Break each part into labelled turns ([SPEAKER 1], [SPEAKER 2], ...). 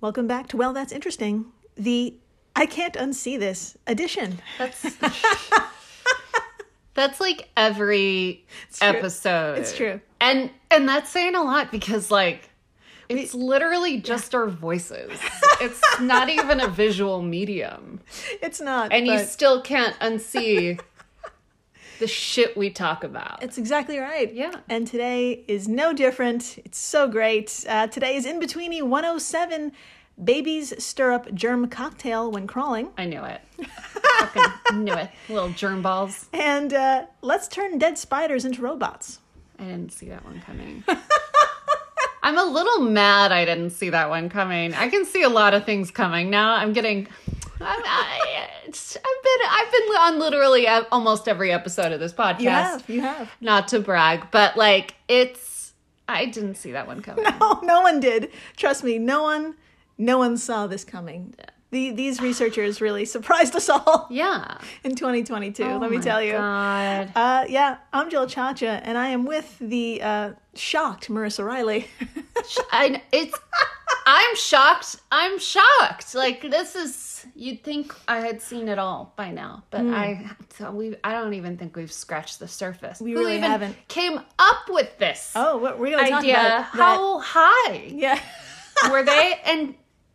[SPEAKER 1] Welcome back to Well, That's Interesting, the I Can't Unsee This edition.
[SPEAKER 2] That's That's like every
[SPEAKER 1] true.
[SPEAKER 2] episode.
[SPEAKER 1] It's true.
[SPEAKER 2] And and that's saying a lot because like it's literally just our voices. it's not even a visual medium.
[SPEAKER 1] It's not.
[SPEAKER 2] And you
[SPEAKER 1] but
[SPEAKER 2] still can't unsee the shit we talk about.
[SPEAKER 1] It's exactly right.
[SPEAKER 2] Yeah.
[SPEAKER 1] And today is no different. It's so great. Uh, today is oh In Betweeny 107 Babies Stir Up Germ Cocktail When Crawling.
[SPEAKER 2] I knew it. Fucking knew it. Little germ balls.
[SPEAKER 1] And uh, Let's Turn Dead Spiders into Robots.
[SPEAKER 2] I didn't see that one coming. I'm a little mad I didn't see that one coming. I can see a lot of things coming now. I'm getting. I'm, I, it's- I've been I've been on literally ev- almost every episode of this podcast.
[SPEAKER 1] You have. You have.
[SPEAKER 2] Not to brag, but like it's I didn't see that one coming.
[SPEAKER 1] Oh, no one did. Trust me, no one, no one saw this coming. The, these researchers really surprised us all
[SPEAKER 2] Yeah.
[SPEAKER 1] in 2022. let me
[SPEAKER 2] Oh My
[SPEAKER 1] tell you.
[SPEAKER 2] God.
[SPEAKER 1] Uh, yeah, I'm Jill Chacha, and I am with the uh, shocked Marissa Riley.
[SPEAKER 2] I, it's I'm shocked. I'm shocked. Like this is you'd think I had seen it all by now, but
[SPEAKER 1] Hmm.
[SPEAKER 2] I so we I don't even think we've scratched the surface. We
[SPEAKER 1] really
[SPEAKER 2] even
[SPEAKER 1] haven't.
[SPEAKER 2] Came up with this
[SPEAKER 1] oh, what we're gonna talk
[SPEAKER 2] idea.
[SPEAKER 1] about? that-
[SPEAKER 2] How high
[SPEAKER 1] Yeah,
[SPEAKER 2] were they? And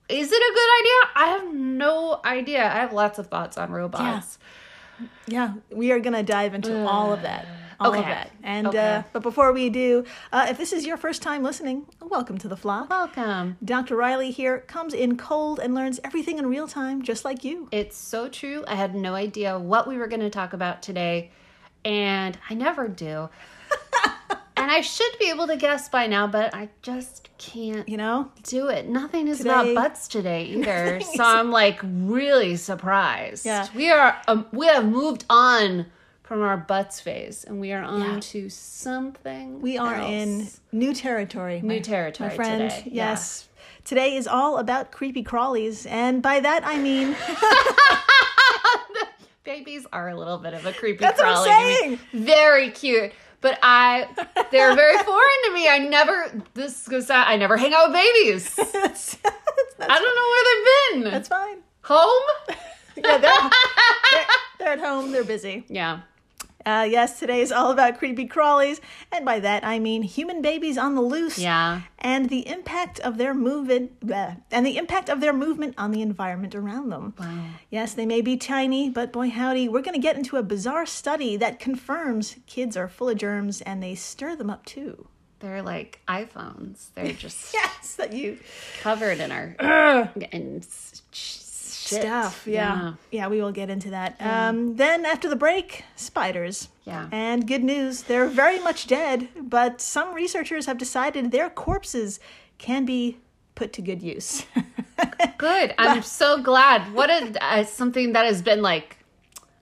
[SPEAKER 2] is it a good idea? I have no idea. I have lots of thoughts on robots.
[SPEAKER 1] yeah. We are gonna dive into all of that. All of
[SPEAKER 2] Mm. Okay.
[SPEAKER 1] that. And uh,
[SPEAKER 2] Okay.
[SPEAKER 1] but before we do, uh, if this is your first time listening, welcome to the flock.
[SPEAKER 2] Welcome.
[SPEAKER 1] Dr. Riley here comes in cold and learns everything in real time, just like you.
[SPEAKER 2] It's so true. I had no idea what we were going to talk about today, and I never do. and I should be able to guess by now, but I just can't
[SPEAKER 1] You know,
[SPEAKER 2] do it. Nothing is
[SPEAKER 1] Today-
[SPEAKER 2] about butts today either. so I'm like really surprised.
[SPEAKER 1] Yeah.
[SPEAKER 2] We are um, we have moved on from our butts phase and we are on
[SPEAKER 1] Yeah.
[SPEAKER 2] to something
[SPEAKER 1] we are
[SPEAKER 2] else.
[SPEAKER 1] in new territory.
[SPEAKER 2] new territory
[SPEAKER 1] my friend.
[SPEAKER 2] today. Yeah.
[SPEAKER 1] Yes. Today is all about creepy crawlies, and by that I mean
[SPEAKER 2] Babies are a little bit of a creepy
[SPEAKER 1] That's what I'm
[SPEAKER 2] crawly to me. Very cute. But I they're very foreign to me. I never this goes out I never hang out with babies.
[SPEAKER 1] that's,
[SPEAKER 2] I don't know where they've been.
[SPEAKER 1] that's fine.
[SPEAKER 2] Home?
[SPEAKER 1] Yeah, they're, they're, they're at home, they're busy.
[SPEAKER 2] Yeah.
[SPEAKER 1] Uh, yes, today is all about creepy crawlies, and by that I mean human babies on the loose.
[SPEAKER 2] Yeah.
[SPEAKER 1] And the impact of their movement, bleh, and the impact of their movement on the environment around them. Wow. Yes, they may be tiny, but boy howdy, we're going to get into a bizarre study that confirms kids are full of germs and they stir them up too.
[SPEAKER 2] They're like iPhones. They're just
[SPEAKER 1] Yes, that you
[SPEAKER 2] covered in our and s- sh- shit.
[SPEAKER 1] stuff. Yeah. yeah, we will get into that. Um, then after the break, spiders.
[SPEAKER 2] Yeah.
[SPEAKER 1] And good news, they're very much dead, but some researchers have decided their corpses can be put to good use.
[SPEAKER 2] Good. I'm so glad. What a uh, something that has been like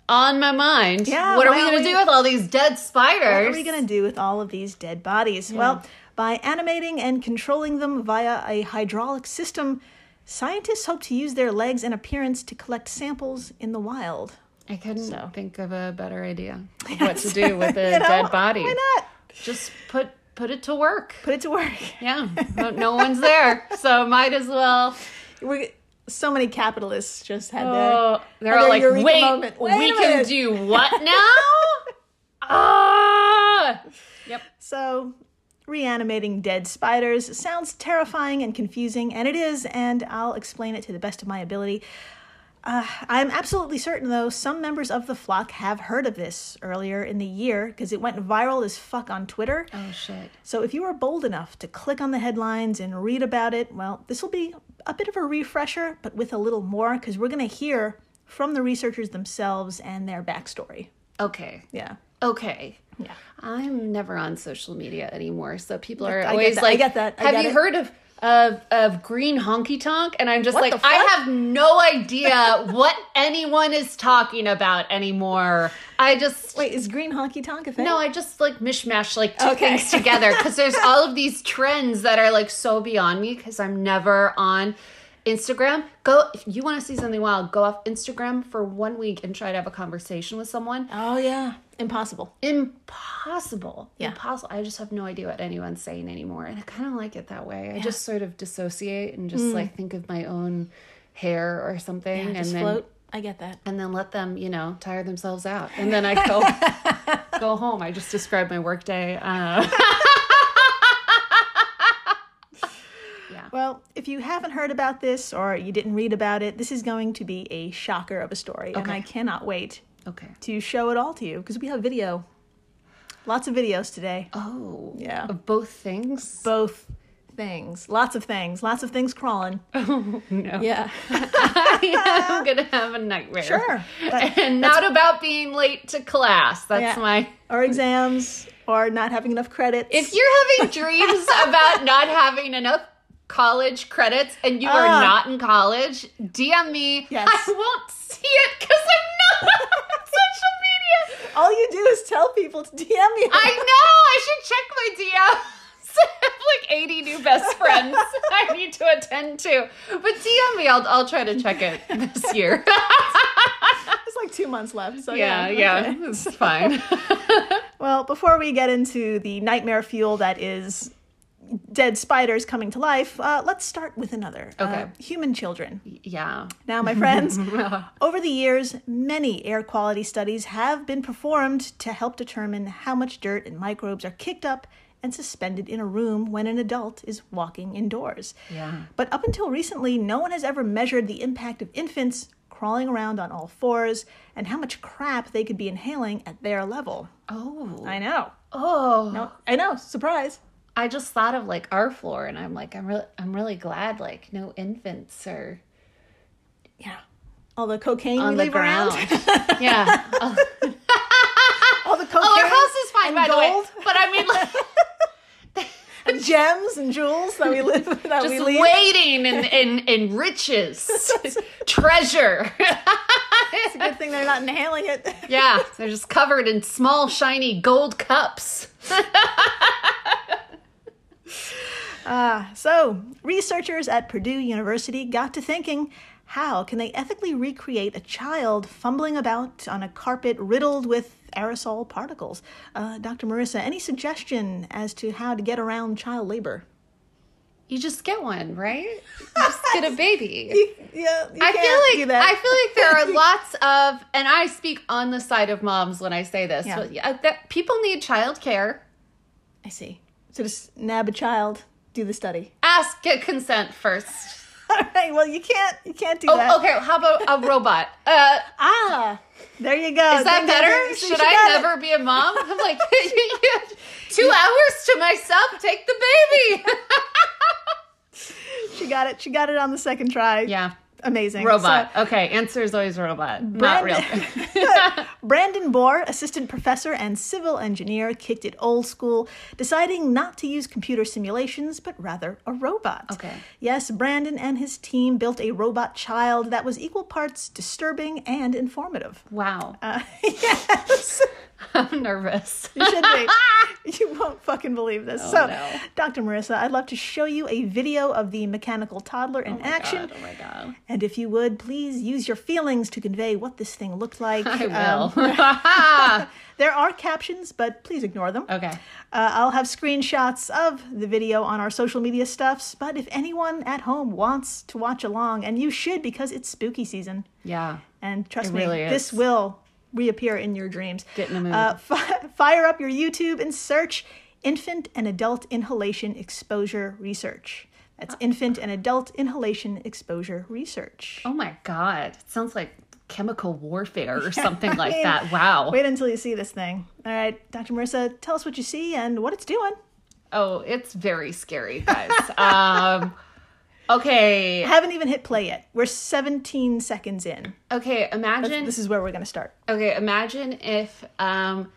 [SPEAKER 2] on my mind.
[SPEAKER 1] Yeah,
[SPEAKER 2] What are we
[SPEAKER 1] well,
[SPEAKER 2] gonna
[SPEAKER 1] we-
[SPEAKER 2] do with all these dead spiders?
[SPEAKER 1] what are we going to do with all of these dead bodies? Well, by animating and controlling them via a hydraulic system, scientists hope to use their legs and appearance to collect samples in the wild.
[SPEAKER 2] I couldn't think of a better idea of what to do with a
[SPEAKER 1] know,
[SPEAKER 2] dead body.
[SPEAKER 1] Why not?
[SPEAKER 2] Just put put it to work.
[SPEAKER 1] Put it to work.
[SPEAKER 2] Yeah, no, no one's there, so might as well.
[SPEAKER 1] we so many capitalists just had their
[SPEAKER 2] Oh, they're
[SPEAKER 1] Another
[SPEAKER 2] all like,
[SPEAKER 1] eureka
[SPEAKER 2] wait,
[SPEAKER 1] moment. Wait
[SPEAKER 2] we
[SPEAKER 1] a
[SPEAKER 2] can
[SPEAKER 1] minute."
[SPEAKER 2] do what now? Ah, yep.
[SPEAKER 1] so reanimating dead spiders sounds terrifying and confusing and it is and i'll explain it to the best of my ability uh, i'm absolutely certain though some members of the flock have heard of this earlier in the year because it went viral as fuck on twitter
[SPEAKER 2] Oh shit.
[SPEAKER 1] so if you were bold enough to click on the headlines and read about it, well, this will be a bit of a refresher, but with a little more, because we're going to hear from the researchers themselves and their backstory.
[SPEAKER 2] Okay.
[SPEAKER 1] Yeah.
[SPEAKER 2] Okay.
[SPEAKER 1] Yeah.
[SPEAKER 2] I'm never on social media anymore, so people are
[SPEAKER 1] I get
[SPEAKER 2] always
[SPEAKER 1] that, I
[SPEAKER 2] like,
[SPEAKER 1] get that, I
[SPEAKER 2] "Have
[SPEAKER 1] get
[SPEAKER 2] you
[SPEAKER 1] it."
[SPEAKER 2] heard of of of Green Honky Tonk?" And I'm just
[SPEAKER 1] What
[SPEAKER 2] like,
[SPEAKER 1] the
[SPEAKER 2] "I
[SPEAKER 1] fuck?"
[SPEAKER 2] have no idea what anyone is talking about anymore." I just
[SPEAKER 1] Wait, is Green Honky Tonk a thing?
[SPEAKER 2] no, I just like mishmash like two
[SPEAKER 1] Okay.
[SPEAKER 2] things together because there's all of these trends that are like so beyond me because I'm never on Instagram. Go if you want to see something wild, go off Instagram for one week and try to have a conversation with someone
[SPEAKER 1] Oh, yeah. Impossible.
[SPEAKER 2] impossible.
[SPEAKER 1] Yeah.
[SPEAKER 2] Impossible. I just have no idea what anyone's saying anymore. And I kind of like it that way. I just sort of dissociate and just like think of my own hair or something and
[SPEAKER 1] Mm. Just
[SPEAKER 2] then
[SPEAKER 1] float. I get that.
[SPEAKER 2] and then let them, you know, tire themselves out. And then I go go home. I just described my work day. Uh,
[SPEAKER 1] Well, if you haven't heard about this or you didn't read about it, this is going to be a shocker of a story. And
[SPEAKER 2] Okay.
[SPEAKER 1] I cannot wait
[SPEAKER 2] okay.
[SPEAKER 1] to show it all to you because we have video. Lots of videos today.
[SPEAKER 2] Oh.
[SPEAKER 1] Yeah.
[SPEAKER 2] Of both things?
[SPEAKER 1] Both things. Lots of things. Lots of things crawling.
[SPEAKER 2] Oh, no.
[SPEAKER 1] Yeah.
[SPEAKER 2] I am going to have a nightmare.
[SPEAKER 1] Sure. But-
[SPEAKER 2] And not about being late to class. That's
[SPEAKER 1] Yeah.
[SPEAKER 2] my
[SPEAKER 1] or exams or not having enough credits.
[SPEAKER 2] If you're having dreams about not having enough college credits and you are
[SPEAKER 1] Ah.
[SPEAKER 2] not in college, DM me.
[SPEAKER 1] Yes.
[SPEAKER 2] I won't see it because I'm not on social media.
[SPEAKER 1] all you do is tell people to DM you.
[SPEAKER 2] I know. I should check my DMs. I have like 80 new best friends I need to attend to. But DM me. I'll, I'll try to check it this year.
[SPEAKER 1] It's like two months left. So
[SPEAKER 2] yeah,
[SPEAKER 1] yeah.
[SPEAKER 2] yeah.
[SPEAKER 1] okay.
[SPEAKER 2] It's fine.
[SPEAKER 1] Well, before we get into the nightmare fuel that is dead spiders coming to life, uh, let's start with another.
[SPEAKER 2] Okay.
[SPEAKER 1] Uh, human children.
[SPEAKER 2] yeah.
[SPEAKER 1] Now, my friends, over the years, many air quality studies have been performed to help determine how much dirt and microbes are kicked up and suspended in a room when an adult is walking indoors.
[SPEAKER 2] Yeah.
[SPEAKER 1] But up until recently, no one has ever measured the impact of infants crawling around on all fours and how much crap they could be inhaling at their level.
[SPEAKER 2] Oh.
[SPEAKER 1] I know.
[SPEAKER 2] oh.
[SPEAKER 1] No, I know. Surprise.
[SPEAKER 2] I just thought of like our floor, and I'm like, I'm really, I'm really glad like no infants are
[SPEAKER 1] Yeah. All the cocaine we
[SPEAKER 2] on the
[SPEAKER 1] leave
[SPEAKER 2] ground.
[SPEAKER 1] around.
[SPEAKER 2] yeah. Oh,
[SPEAKER 1] All the cocaine.
[SPEAKER 2] our house is fine
[SPEAKER 1] and
[SPEAKER 2] by
[SPEAKER 1] gold.
[SPEAKER 2] the way, but I mean, like,
[SPEAKER 1] and gems and jewels that we live that we
[SPEAKER 2] just
[SPEAKER 1] leave.
[SPEAKER 2] waiting in in, in riches, treasure.
[SPEAKER 1] It's a good thing they're not inhaling it.
[SPEAKER 2] yeah, they're just covered in small shiny gold cups.
[SPEAKER 1] So, researchers at Purdue University got to thinking how can they ethically recreate a child fumbling about on a carpet riddled with aerosol particles? Uh, Dr. Marissa, any suggestion as to how to get around child labor?
[SPEAKER 2] You just get one, right? You just get a baby.
[SPEAKER 1] Yeah, you
[SPEAKER 2] I
[SPEAKER 1] can't
[SPEAKER 2] feel
[SPEAKER 1] do
[SPEAKER 2] like
[SPEAKER 1] that.
[SPEAKER 2] I feel like there are lots of, and I speak on the side of moms when I say this.
[SPEAKER 1] Yeah.
[SPEAKER 2] But yeah, that people need childcare.
[SPEAKER 1] I see. So just nab a child, do the study.
[SPEAKER 2] Ask get consent first.
[SPEAKER 1] All right. Well, you can't. You can't do that.
[SPEAKER 2] Oh, okay. How about a robot? Uh,
[SPEAKER 1] Ah, there you go.
[SPEAKER 2] is that better? Should I never be a mom? I'm like, two hours to myself. Take the baby.
[SPEAKER 1] She got it. She got it on the second try.
[SPEAKER 2] yeah,
[SPEAKER 1] Amazing.
[SPEAKER 2] robot. okay, answer is always robot, not real.
[SPEAKER 1] Brand- Brandon Bohr, assistant professor and civil engineer, kicked it old school, deciding not to use computer simulations, but rather a robot.
[SPEAKER 2] Okay.
[SPEAKER 1] Yes, Brandon and his team built a robot child that was equal parts disturbing and informative.
[SPEAKER 2] wow,
[SPEAKER 1] yes,
[SPEAKER 2] I'm nervous.
[SPEAKER 1] you should be. you won't fucking believe this. so,
[SPEAKER 2] Oh, no.
[SPEAKER 1] Dr. Marissa, I'd love to show you a video of the mechanical toddler in action.
[SPEAKER 2] God, oh my god,
[SPEAKER 1] And if you would, please use your feelings to convey what this thing looked like.
[SPEAKER 2] I
[SPEAKER 1] Um,
[SPEAKER 2] will.
[SPEAKER 1] There are captions, but please ignore them.
[SPEAKER 2] okay,
[SPEAKER 1] Uh, I'll have screenshots of the video on our social media stuffs, but if anyone at home wants to watch along, and you should because it's spooky season,
[SPEAKER 2] yeah,
[SPEAKER 1] and trust
[SPEAKER 2] It
[SPEAKER 1] me,
[SPEAKER 2] really is.
[SPEAKER 1] this will reappear in your dreams.
[SPEAKER 2] Get in the mood.
[SPEAKER 1] Uh, fi- fire up your YouTube and search Infant and Adult Inhalation Exposure Research.
[SPEAKER 2] Ah.
[SPEAKER 1] That's Infant and Adult Inhalation Exposure Research.
[SPEAKER 2] oh my god, it sounds like chemical warfare or something like
[SPEAKER 1] mean,
[SPEAKER 2] that. Wow.
[SPEAKER 1] Wait until you see this thing. All right, Dr. Marissa, tell us what you see and what it's doing.
[SPEAKER 2] Oh, it's very scary, guys. um, okay,
[SPEAKER 1] haven't even hit play yet. We're 17 seconds in.
[SPEAKER 2] okay. Imagine
[SPEAKER 1] This is where we're going to start.
[SPEAKER 2] Okay, imagine if um,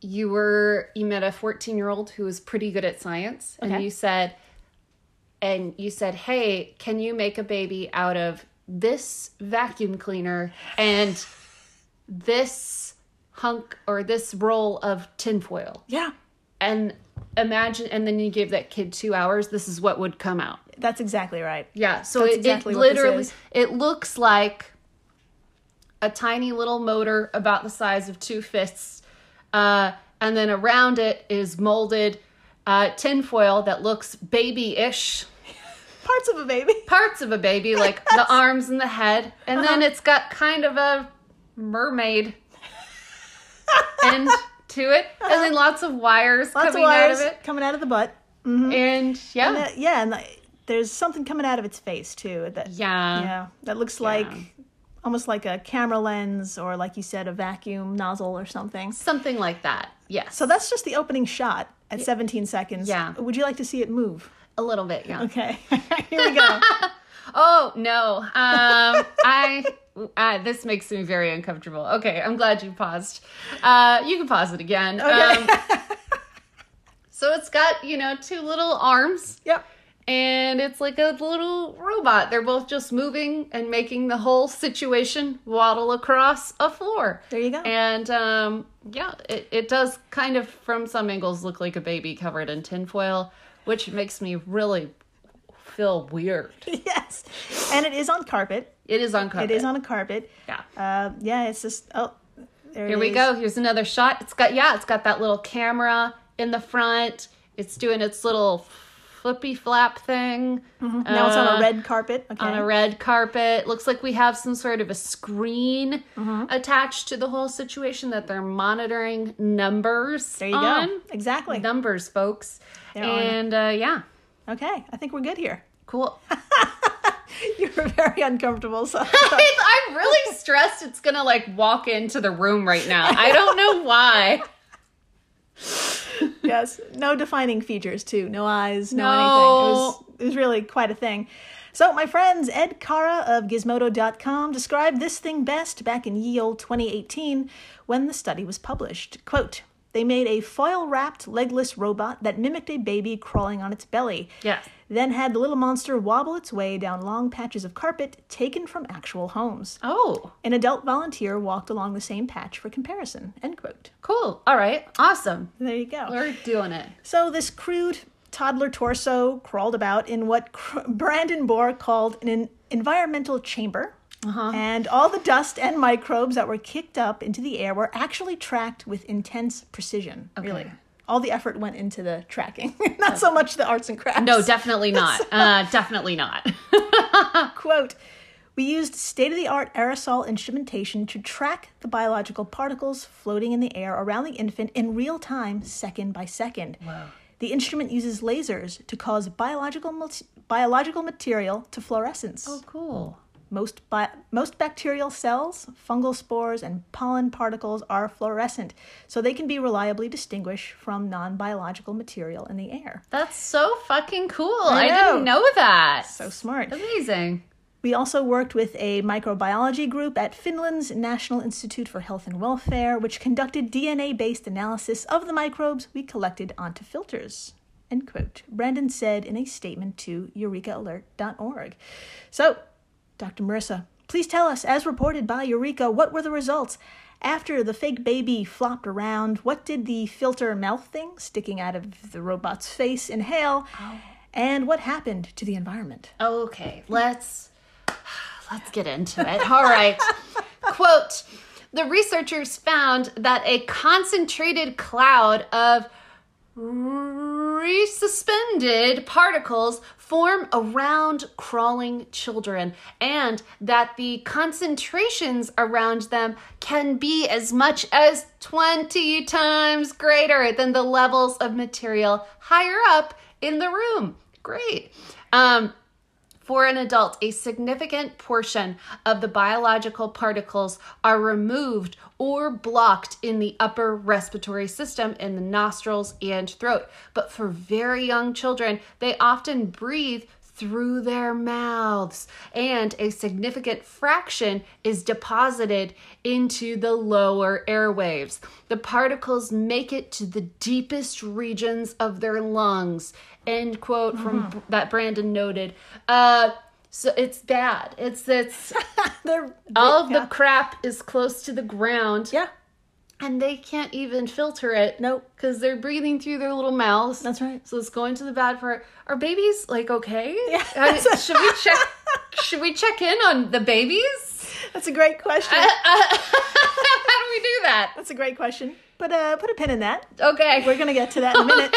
[SPEAKER 2] you were you met a fourteen year old who was pretty good at science, and
[SPEAKER 1] Okay.
[SPEAKER 2] you said, and you said, "Hey, can you make a baby out of this vacuum cleaner and this hunk or this roll of tinfoil?"
[SPEAKER 1] Yeah.
[SPEAKER 2] And imagine, and then you give that kid two hours. This is what would come out.
[SPEAKER 1] That's exactly right.
[SPEAKER 2] Yeah, so
[SPEAKER 1] That's
[SPEAKER 2] it,
[SPEAKER 1] exactly
[SPEAKER 2] it
[SPEAKER 1] what this
[SPEAKER 2] literally
[SPEAKER 1] is.
[SPEAKER 2] it looks like a tiny little motor about the size of two fists uh, and then around it is molded uh, tinfoil that looks baby-ish
[SPEAKER 1] Parts of a baby.
[SPEAKER 2] parts of a baby, like the arms and the head, and then
[SPEAKER 1] Uh-huh.
[SPEAKER 2] it's got kind of a mermaid end to it, and then lots of wires
[SPEAKER 1] Lots
[SPEAKER 2] coming
[SPEAKER 1] of wires
[SPEAKER 2] out of it,
[SPEAKER 1] coming out of the butt.
[SPEAKER 2] and yeah,
[SPEAKER 1] Uh, yeah, and like, there's something coming out of its face too. That
[SPEAKER 2] yeah,
[SPEAKER 1] yeah, that looks like almost like a camera lens or like you said, a vacuum nozzle or something.
[SPEAKER 2] something like that. Yes,
[SPEAKER 1] So that's just the opening shot at 17 seconds.
[SPEAKER 2] Yeah.
[SPEAKER 1] Would you like to see it move?
[SPEAKER 2] a little bit. Yeah.
[SPEAKER 1] Okay, here we go.
[SPEAKER 2] Oh no, um, I. Uh, this makes me very uncomfortable. Okay, I'm glad you paused. Uh, you can pause it again. Um, so it's got, you know, two little arms
[SPEAKER 1] yep.
[SPEAKER 2] and it's like a little robot. They're both just moving and making the whole situation waddle across a floor.
[SPEAKER 1] There you go.
[SPEAKER 2] And um, yeah, it, it does kind of, from some angles, look like a baby covered in tinfoil, which makes me really feel weird.
[SPEAKER 1] yes, and it is on carpet.
[SPEAKER 2] It is on carpet.
[SPEAKER 1] It is on a carpet.
[SPEAKER 2] Yeah.
[SPEAKER 1] Uh, yeah, it's just oh, there it
[SPEAKER 2] Here we
[SPEAKER 1] is.
[SPEAKER 2] go. Here's another shot. It's got yeah, it's got that little camera in the front. It's doing its little flippy flap thing.
[SPEAKER 1] Mm-hmm. Now it's on
[SPEAKER 2] Uh,
[SPEAKER 1] a red carpet. Okay.
[SPEAKER 2] on a red carpet. Looks like we have some sort of a screen
[SPEAKER 1] Mm-hmm.
[SPEAKER 2] attached to the whole situation that they're monitoring numbers.
[SPEAKER 1] there you
[SPEAKER 2] on.
[SPEAKER 1] go. Exactly.
[SPEAKER 2] Numbers, folks.
[SPEAKER 1] on it.
[SPEAKER 2] and uh, yeah,
[SPEAKER 1] Okay, I think we're good here.
[SPEAKER 2] cool.
[SPEAKER 1] You were very uncomfortable, so
[SPEAKER 2] It's- I'm really stressed it's going to like walk into the room right now. I don't know why.
[SPEAKER 1] yes, no defining features too. No eyes, no,
[SPEAKER 2] No.
[SPEAKER 1] anything. It was, it was really quite a thing. So, my friends, Ed Cara of Gizmodo.com described this thing best back in ye old 2018 when the study was published. Quote, they made a foil wrapped legless robot that mimicked a baby crawling on its belly.
[SPEAKER 2] Yes.
[SPEAKER 1] Then had the little monster wobble its way down long patches of carpet taken from actual homes.
[SPEAKER 2] Oh,
[SPEAKER 1] An adult volunteer walked along the same patch for comparison. End quote.
[SPEAKER 2] cool. All right. Awesome.
[SPEAKER 1] There you go.
[SPEAKER 2] We're doing it.
[SPEAKER 1] So this crude toddler torso crawled about in what cr- Brandon Bohr called an environmental chamber. And all the dust and microbes that were kicked up into the air were actually tracked with intense precision. Really. All the effort went into the tracking, not so much the arts and crafts.
[SPEAKER 2] No, definitely not. Uh, definitely not.
[SPEAKER 1] Quote We used state of the art aerosol instrumentation to track the biological particles floating in the air around the infant in real time, second by second. The instrument uses lasers to cause biological, mul- biological material to fluorescence.
[SPEAKER 2] Oh. cool.
[SPEAKER 1] Most, bi- most bacterial cells, fungal spores, and pollen particles are fluorescent, so they can be reliably distinguished from non biological material in the air.
[SPEAKER 2] That's so fucking cool. I,
[SPEAKER 1] I
[SPEAKER 2] didn't
[SPEAKER 1] know.
[SPEAKER 2] know that.
[SPEAKER 1] So smart.
[SPEAKER 2] Amazing.
[SPEAKER 1] We also worked with a microbiology group at Finland's National Institute for Health and Welfare, which conducted DNA based analysis of the microbes we collected onto filters. End quote. Brandon said in a statement to eurekaalert.org. So, Dr. Marissa, please tell us, as reported by Eureka, what were the results? After the fake baby flopped around, what did the filter mouth thing sticking out of the robot's face inhale? And what happened to the environment?
[SPEAKER 2] Okay, let's let's get into it. All right. Quote, the researchers found that a concentrated cloud of resuspended particles form around crawling children and that the concentrations around them can be as much as 20 times greater than the levels of material higher up in the room. Great. Um, for an adult, a significant portion of the biological particles are removed or blocked in the upper respiratory system in the nostrils and throat. But for very young children, they often breathe through their mouths, and a significant fraction is deposited into the lower airwaves. The particles make it to the deepest regions of their lungs. End quote from b- that Brandon noted. Uh, so it's bad. It's it's
[SPEAKER 1] They're
[SPEAKER 2] all of the crap is close to the ground,
[SPEAKER 1] yeah,
[SPEAKER 2] and they can't even filter it.
[SPEAKER 1] Nope.
[SPEAKER 2] because they're breathing through their little mouths.
[SPEAKER 1] that's right.
[SPEAKER 2] So let's go into the bad part. Are babies like okay?
[SPEAKER 1] Yeah.
[SPEAKER 2] I mean, should we check? Should we check in on the babies? Uh.
[SPEAKER 1] That's a great question.
[SPEAKER 2] How do we do that?
[SPEAKER 1] That's a great question. But uh, put a pin in that.
[SPEAKER 2] Okay.
[SPEAKER 1] We're going to get to that in a minute.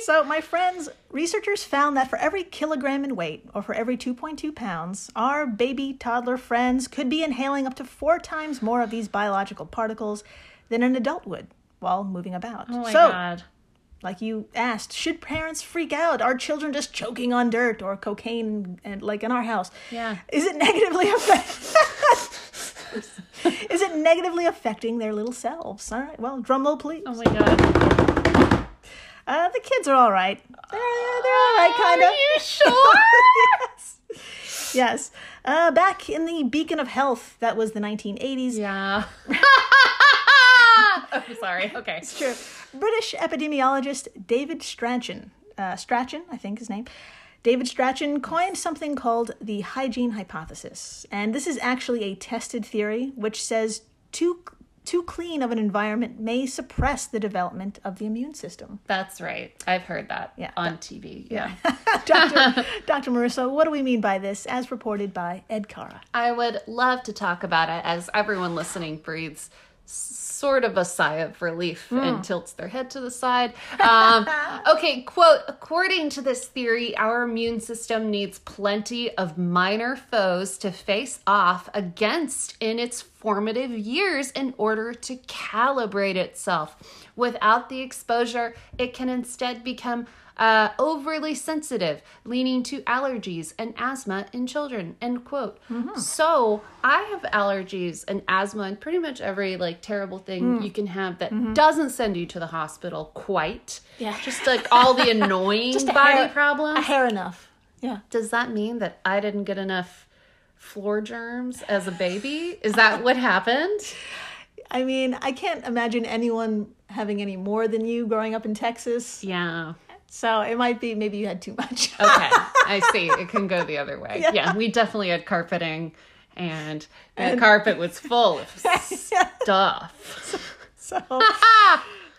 [SPEAKER 1] So, my friends, researchers found that for every kilogram in weight, or for every 2.2 pounds, our baby toddler friends could be inhaling up to four times more of these biological particles than an adult would while moving about.
[SPEAKER 2] Oh my
[SPEAKER 1] so,
[SPEAKER 2] god.
[SPEAKER 1] like you asked, should parents freak out? Are children just choking on dirt or cocaine, and like in our house?
[SPEAKER 2] Yeah.
[SPEAKER 1] Is it negatively affect? Is it negatively affecting their little selves? All right. Well, drum roll, please.
[SPEAKER 2] Oh my god.
[SPEAKER 1] Uh, the kids are all right. They're, they're all right, kind of.
[SPEAKER 2] Are you sure?
[SPEAKER 1] yes. Yes. Uh, back in the beacon of health that was the 1980s,
[SPEAKER 2] yeah. I'm sorry. Okay.
[SPEAKER 1] Sure. British epidemiologist David Strachan, uh, Strachan, I think his name, David Strachan coined something called the hygiene hypothesis. And this is actually a tested theory which says too, too clean of an environment may suppress the development of the immune system.
[SPEAKER 2] That's right. I've heard that
[SPEAKER 1] Yeah.
[SPEAKER 2] on TV. Yeah.
[SPEAKER 1] Dr. Dr. Marissa, what do we mean by this as reported by Ed Cara?
[SPEAKER 2] I would love to talk about it as everyone listening breathes s- sort of a sigh of relief and tilts their head to the side. Um, okay, quote According to this theory, our immune system needs plenty of minor foes to face off against in its formative years in order to calibrate itself. Without the exposure, it can instead become uh, overly sensitive, leaning to allergies and asthma in children. End quote.
[SPEAKER 1] Mm-hmm.
[SPEAKER 2] So I have allergies and asthma and pretty much every like terrible thing
[SPEAKER 1] Mm.
[SPEAKER 2] you can have that doesn't send you to the hospital quite.
[SPEAKER 1] Mm-hmm. Yeah.
[SPEAKER 2] Just like all the annoying
[SPEAKER 1] Just a
[SPEAKER 2] body
[SPEAKER 1] hair-
[SPEAKER 2] problems.
[SPEAKER 1] hair enough. Yeah.
[SPEAKER 2] Does that mean that I didn't get enough floor germs as a baby? Is that what happened?
[SPEAKER 1] I mean, I can't imagine anyone having any more than you growing up in Texas.
[SPEAKER 2] Yeah.
[SPEAKER 1] So it might be maybe you had too much.
[SPEAKER 2] Okay, I see. It can go the other way. Yeah, we definitely had carpeting, and the carpet was full of stuff.
[SPEAKER 1] So,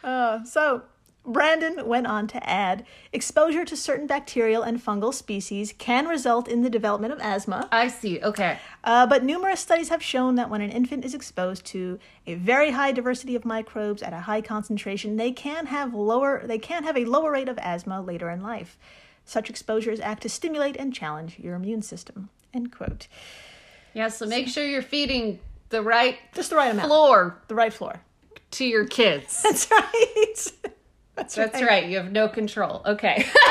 [SPEAKER 1] uh, so Brandon went on to add exposure to certain bacterial and fungal species can result in the development of asthma,
[SPEAKER 2] I see. Okay.
[SPEAKER 1] uh, but numerous studies have shown that when an infant is exposed to a very high diversity of microbes at a high concentration, they can have lower they can have a lower rate of asthma later in life. Such exposures act to stimulate and challenge your immune system. End quote.
[SPEAKER 2] Yeah. So make sure you're feeding the right
[SPEAKER 1] Just the right amount.
[SPEAKER 2] floor
[SPEAKER 1] The right floor.
[SPEAKER 2] to your kids.
[SPEAKER 1] That's right. That's,
[SPEAKER 2] That's right. You have no control. Okay.
[SPEAKER 1] Yeah,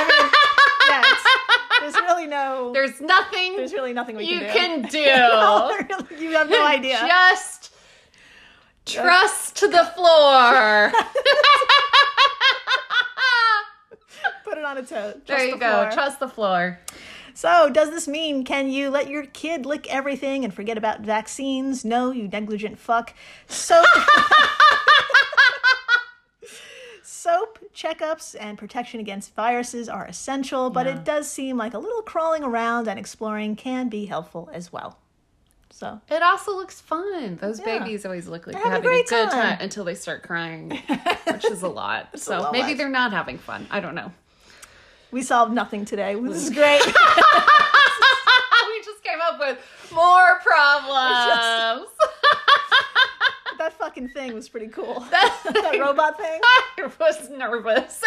[SPEAKER 1] it's- there's really no.
[SPEAKER 2] There's nothing
[SPEAKER 1] There's really nothing we
[SPEAKER 2] you
[SPEAKER 1] can
[SPEAKER 2] can
[SPEAKER 1] do.
[SPEAKER 2] do.
[SPEAKER 1] No, you have no idea. Uh,
[SPEAKER 2] Just trust the floor.
[SPEAKER 1] Put it on its own. Trust
[SPEAKER 2] there
[SPEAKER 1] the
[SPEAKER 2] you
[SPEAKER 1] floor.
[SPEAKER 2] go. Trust the floor.
[SPEAKER 1] so, does this mean can you let your kid lick everything and forget about vaccines? No, you negligent fuck. Soap. Soap checkups and protection against viruses are essential, but it does seem like a little crawling around and exploring can be helpful as well. So,
[SPEAKER 2] It also looks fun. Those
[SPEAKER 1] Yeah.
[SPEAKER 2] babies always look like they're
[SPEAKER 1] having a
[SPEAKER 2] having a,
[SPEAKER 1] great
[SPEAKER 2] good
[SPEAKER 1] time.
[SPEAKER 2] time. until they start crying, which is a lot. so
[SPEAKER 1] lot.
[SPEAKER 2] maybe they're not having fun. I don't know.
[SPEAKER 1] we solved nothing today. This is great.
[SPEAKER 2] we just came up with more problems.
[SPEAKER 1] That fucking thing was pretty cool. That, robot thing.
[SPEAKER 2] I was nervous.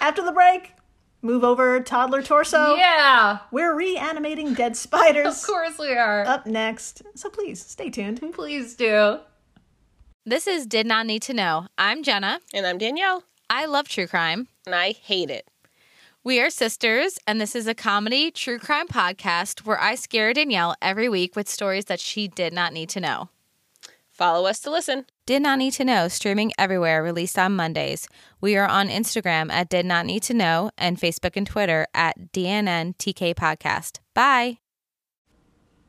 [SPEAKER 1] After the break, move over toddler
[SPEAKER 2] Oh.
[SPEAKER 1] torso.
[SPEAKER 2] yeah,
[SPEAKER 1] We're reanimating dead
[SPEAKER 2] of
[SPEAKER 1] spiders
[SPEAKER 2] course we are.
[SPEAKER 1] up next. So please stay tuned.
[SPEAKER 2] Please do.
[SPEAKER 3] This is Did Not Need to Know. I'm Jenna.
[SPEAKER 4] And I'm Danielle,
[SPEAKER 3] I love true crime.
[SPEAKER 4] and I hate it.
[SPEAKER 3] We are sisters, and this is a comedy true crime podcast where I scare Danielle every week with stories that she did not need to know.
[SPEAKER 4] Follow us to listen.
[SPEAKER 3] Did Not Need to Know, streaming everywhere, released on Mondays. We are on Instagram at Did Not Need to Know and Facebook and Twitter at DNNTK Podcast. Bye.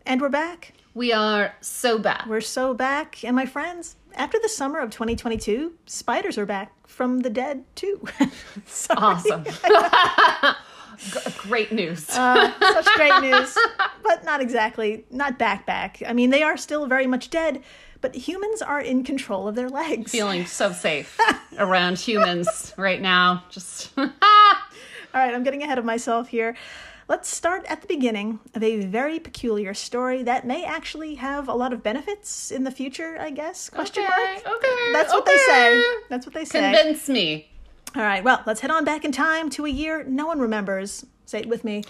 [SPEAKER 1] And we're back.
[SPEAKER 2] We are so bad.
[SPEAKER 1] We're so back. And my friends, after the summer of 2022, spiders are back from the dead too. Sorry.
[SPEAKER 2] Awesome. G- Great news.
[SPEAKER 1] Uh, Such great news, but not exactly, not back back. I mean, they are still very much dead, but humans are in control of their legs.
[SPEAKER 2] Feeling so safe around humans right now. Just
[SPEAKER 1] All right, I'm getting ahead of myself here. Let's start at the beginning of a very peculiar story that may actually have a lot of benefits in the future, I guess. Question
[SPEAKER 2] Okay,
[SPEAKER 1] mark.
[SPEAKER 2] okay,
[SPEAKER 1] That's what they
[SPEAKER 2] okay.
[SPEAKER 1] say. That's what they say.
[SPEAKER 2] Convince me.
[SPEAKER 1] All right, well, let's head on back in time to a year no one remembers. Say it with me.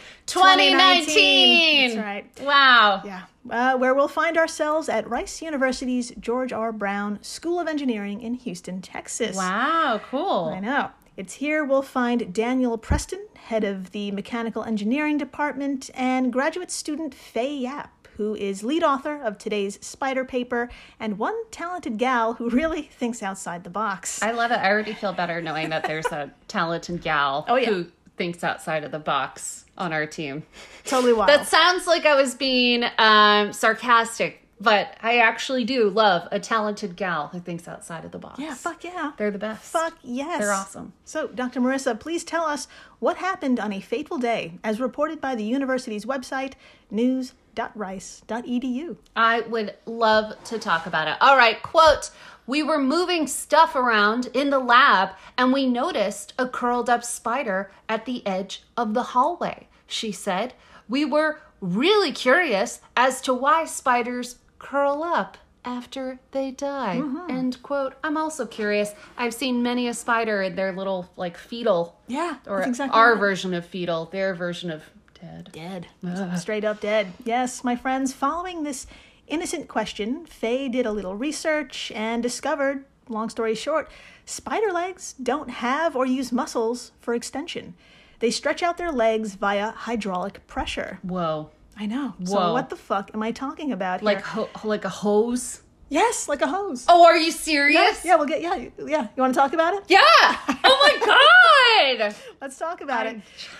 [SPEAKER 2] 2019.
[SPEAKER 1] That's right.
[SPEAKER 2] Wow.
[SPEAKER 1] Yeah, uh, where we'll find ourselves at Rice University's George R. Brown School of Engineering in Houston, Texas.
[SPEAKER 2] Wow. Cool.
[SPEAKER 1] I know. It's here we'll find Daniel Preston, head of the Mechanical Engineering Department, and graduate student Faye Yap, who is lead author of today's Spider Paper, and one talented gal who really thinks outside the box.
[SPEAKER 2] I love it. I already feel better knowing that there's a talented gal
[SPEAKER 1] Oh, yeah.
[SPEAKER 2] who thinks outside of the box on our team.
[SPEAKER 1] totally wild.
[SPEAKER 2] That sounds like I was being um, sarcastic, but I actually do love a talented gal who thinks outside of the box.
[SPEAKER 1] yeah, fuck yeah.
[SPEAKER 2] They're the best.
[SPEAKER 1] Fuck yes.
[SPEAKER 2] They're awesome.
[SPEAKER 1] So, Dr. Marissa, please tell us what happened on a fateful day as reported by the university's website, news.rice.edu.
[SPEAKER 2] I would love to talk about it. All right, quote. We were moving stuff around in the lab and we noticed a curled up spider at the edge of the hallway, she said. We were really curious as to why spiders curl up after they die.
[SPEAKER 1] Mm-hmm.
[SPEAKER 2] End quote. I'm also curious. I've seen many a spider in their little, like, fetal,
[SPEAKER 1] Yeah,
[SPEAKER 2] or
[SPEAKER 1] that's exactly
[SPEAKER 2] our
[SPEAKER 1] right.
[SPEAKER 2] version of fetal, their version of dead.
[SPEAKER 1] Dead. Straight up dead. Yes, my friends, following this innocent question, Faye did a little research and discovered, long story short, spider legs don't have or use muscles for extension. They stretch out their legs via hydraulic pressure.
[SPEAKER 2] Whoa.
[SPEAKER 1] I know.
[SPEAKER 2] Whoa.
[SPEAKER 1] So what the fuck am I talking about here?
[SPEAKER 2] Like, ho- like a hose.
[SPEAKER 1] yes, like a hose.
[SPEAKER 2] Oh, are you
[SPEAKER 1] Yeah,
[SPEAKER 2] serious?
[SPEAKER 1] Yeah, we'll get yeah, you- yeah. You want to talk about it?
[SPEAKER 2] Yeah. Oh my god.
[SPEAKER 1] Let's talk about it.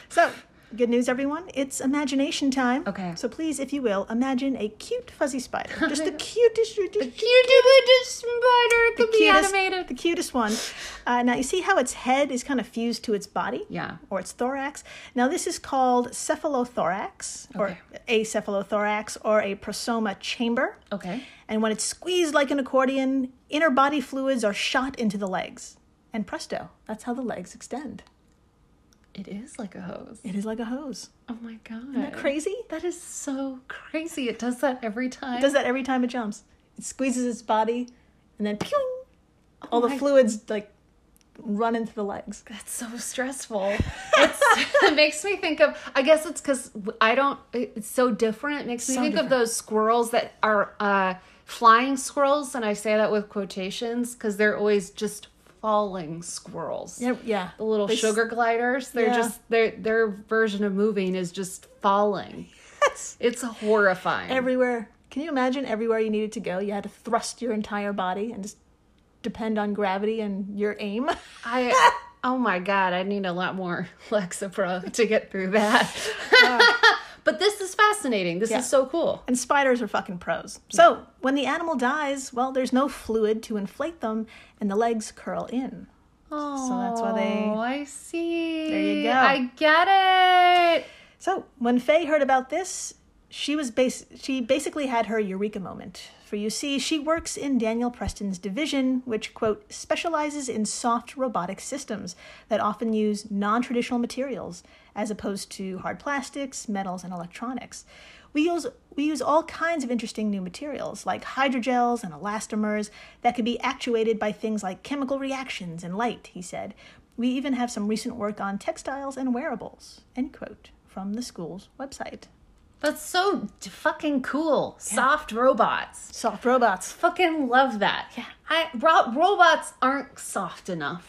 [SPEAKER 1] So, good news, everyone. It's imagination time.
[SPEAKER 2] Okay.
[SPEAKER 1] So please, if you will, imagine a cute fuzzy spider, just the cutest,
[SPEAKER 2] You do it, just spider. It could be
[SPEAKER 1] cutest- the
[SPEAKER 2] animated.
[SPEAKER 1] cutest one. Uh, now you see how its head is kind of fused to its body,
[SPEAKER 2] Yeah.
[SPEAKER 1] or its thorax. Now this is called cephalothorax, or acephalothorax, or a prosoma chamber.
[SPEAKER 2] Okay.
[SPEAKER 1] And when it's squeezed like an accordion, inner body fluids are shot into the legs, and presto, that's how the legs extend.
[SPEAKER 2] It is like a hose.
[SPEAKER 1] It is like a hose.
[SPEAKER 2] Oh my god.
[SPEAKER 1] Crazy.
[SPEAKER 2] That is so crazy. It does that every time.
[SPEAKER 1] does that every time it jumps. It squeezes its body, and then pew, all the fluids like run into the legs.
[SPEAKER 2] Oh That's so stressful. It's, it makes me think of. I guess it's because I don't. It's so different. It makes me think of those squirrels that are uh, flying squirrels, and I say that with quotations because they're always just falling squirrels.
[SPEAKER 1] Yeah, yeah.
[SPEAKER 2] the little
[SPEAKER 1] They s-
[SPEAKER 2] sugar gliders they're
[SPEAKER 1] Yeah.
[SPEAKER 2] just their their version of moving is just falling
[SPEAKER 1] Yes.
[SPEAKER 2] it's horrifying
[SPEAKER 1] Everywhere. Can you imagine everywhere you needed to go? You had to thrust your entire body and just depend on gravity and your aim.
[SPEAKER 2] i oh my god i need a lot more lexapro to get through that but this is fascinating this
[SPEAKER 1] Yeah.
[SPEAKER 2] is so cool
[SPEAKER 1] And spiders are fucking pros. So when the animal dies, well, there's no fluid to inflate them, and the legs curl in.
[SPEAKER 2] oh
[SPEAKER 1] So that's why they
[SPEAKER 2] i see
[SPEAKER 1] There you go.
[SPEAKER 2] i get it
[SPEAKER 1] So when Faye heard about this, she was bas- she basically had her eureka moment. For you see, she works in Daniel Preston's division, which quote specializes in soft robotic systems that often use non-traditional materials as opposed to hard plastics, metals, and electronics. We use we use all kinds of interesting new materials like hydrogels and elastomers that can be actuated by things like chemical reactions and light, he said. We even have some recent work on textiles and wearables. End quote from the school's website.
[SPEAKER 2] that's so d- fucking cool soft robots
[SPEAKER 1] Soft robots.
[SPEAKER 2] fucking love that yeah i ro- robots aren't soft enough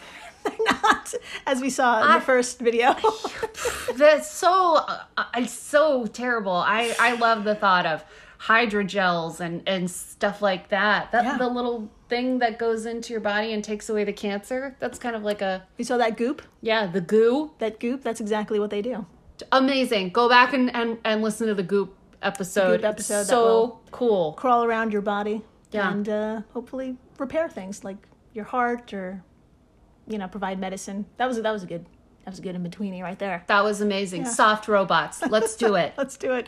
[SPEAKER 1] Not as we saw in the first video.
[SPEAKER 2] That's so uh, uh, it's so terrible. I I love the thought of hydrogels and and stuff like that. That
[SPEAKER 1] Yeah.
[SPEAKER 2] the little thing that goes into your body and takes away the cancer. That's kind of like a
[SPEAKER 1] we saw that goop.
[SPEAKER 2] yeah, the goo.
[SPEAKER 1] That goop, that's exactly what they do.
[SPEAKER 2] Amazing. Go back and and, and listen to the goop episode.
[SPEAKER 1] Goop episode,
[SPEAKER 2] It's
[SPEAKER 1] that
[SPEAKER 2] so
[SPEAKER 1] will-
[SPEAKER 2] cool.
[SPEAKER 1] Crawl around your body
[SPEAKER 2] Yeah.
[SPEAKER 1] and uh, hopefully repair things like your heart or you know, provide medicine. That was that was a good that was a good in betweeny right there.
[SPEAKER 2] That was amazing. Soft robots. Let's do it.
[SPEAKER 1] Let's do it.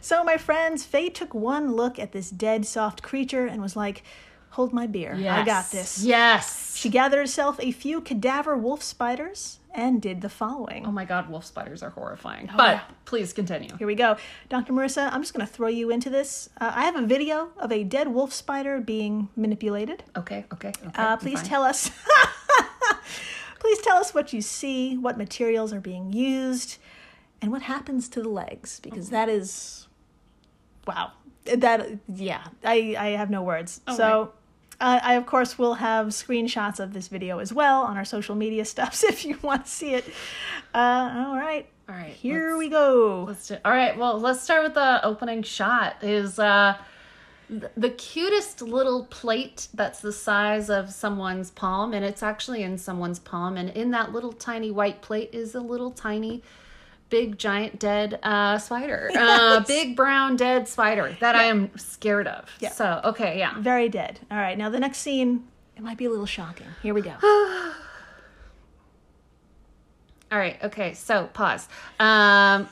[SPEAKER 1] So, my friends, Faye took one look at this dead, soft creature and was like, Hold my beer. I got this.
[SPEAKER 2] Yes.
[SPEAKER 1] She gathered herself a few cadaver wolf spiders and did the following.
[SPEAKER 2] Oh my God, wolf spiders are
[SPEAKER 1] Oh,
[SPEAKER 2] horrifying. but please continue.
[SPEAKER 1] Here we go. Dr. Marissa, I'm just going to throw you into this. Uh, I have a video of a dead wolf spider being manipulated.
[SPEAKER 2] Okay, okay, okay.
[SPEAKER 1] Uh,
[SPEAKER 2] I'm
[SPEAKER 1] please
[SPEAKER 2] fine.
[SPEAKER 1] tell us. please tell us what you see, what materials are being used, and what happens to the legs,
[SPEAKER 2] Oh.
[SPEAKER 1] because that is, wow, that yeah, I I have no words.
[SPEAKER 2] Oh,
[SPEAKER 1] so. Uh, I, of course, will have screenshots of this video as well on our social media stuffs if you want to see it. Uh, all right.
[SPEAKER 2] All right,
[SPEAKER 1] Here
[SPEAKER 2] let's-
[SPEAKER 1] we go.
[SPEAKER 2] Let's do, all right. Well, let's start with the opening shot. Is uh, th- the cutest little plate that's the size of someone's palm, and it's actually in someone's palm. And in that little tiny white plate is a little tiny, big giant dead uh, spider, uh, big brown dead spider that I am scared of.
[SPEAKER 1] Yeah.
[SPEAKER 2] So okay, yeah.
[SPEAKER 1] Very dead. All right. Now, the next scene, it might be a little shocking. Here we go.
[SPEAKER 2] All right. Okay. So pause. Um,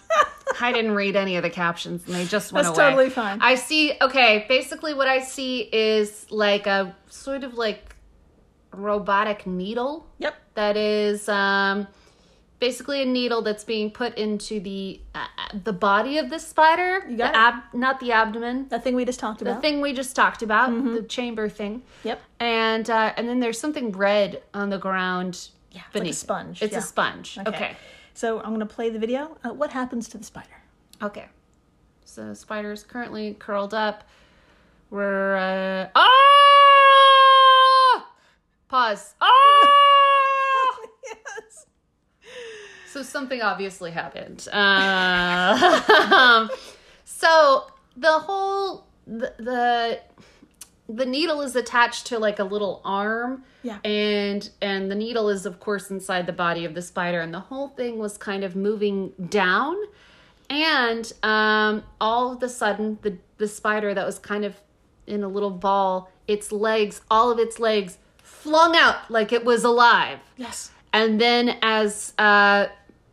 [SPEAKER 2] I didn't read any of the captions, and they just went
[SPEAKER 1] That's
[SPEAKER 2] away.
[SPEAKER 1] totally fine.
[SPEAKER 2] I see. Okay. Basically, what I see is like a sort of like robotic needle.
[SPEAKER 4] Yep.
[SPEAKER 2] That is um, basically a needle that's being put into the uh, the body of the spider. You
[SPEAKER 1] got
[SPEAKER 2] the
[SPEAKER 1] it.
[SPEAKER 2] not the abdomen.
[SPEAKER 1] That thing we just talked
[SPEAKER 2] The
[SPEAKER 1] about.
[SPEAKER 2] thing we just talked about,
[SPEAKER 1] Mm-hmm.
[SPEAKER 2] the chamber thing.
[SPEAKER 1] Yep.
[SPEAKER 2] And uh, and then there's something red on the ground. Yeah,
[SPEAKER 1] like a sponge,
[SPEAKER 2] It's
[SPEAKER 1] yeah.
[SPEAKER 2] a sponge. okay.
[SPEAKER 1] So I'm going to play the video. Uh, what happens to the spider?
[SPEAKER 2] Okay. So spider's currently curled up. We're uh ah! pause. Ah!
[SPEAKER 1] yes.
[SPEAKER 2] so something obviously happened. Uh, so the whole the, the the needle is attached to like a little arm
[SPEAKER 1] Yeah.
[SPEAKER 2] and and the needle is of course inside the body of the spider and the whole thing was kind of moving down and um all of a sudden the the spider that was kind of in a little ball its legs all of its legs flung out like it was alive
[SPEAKER 1] Yes.
[SPEAKER 2] and then as uh,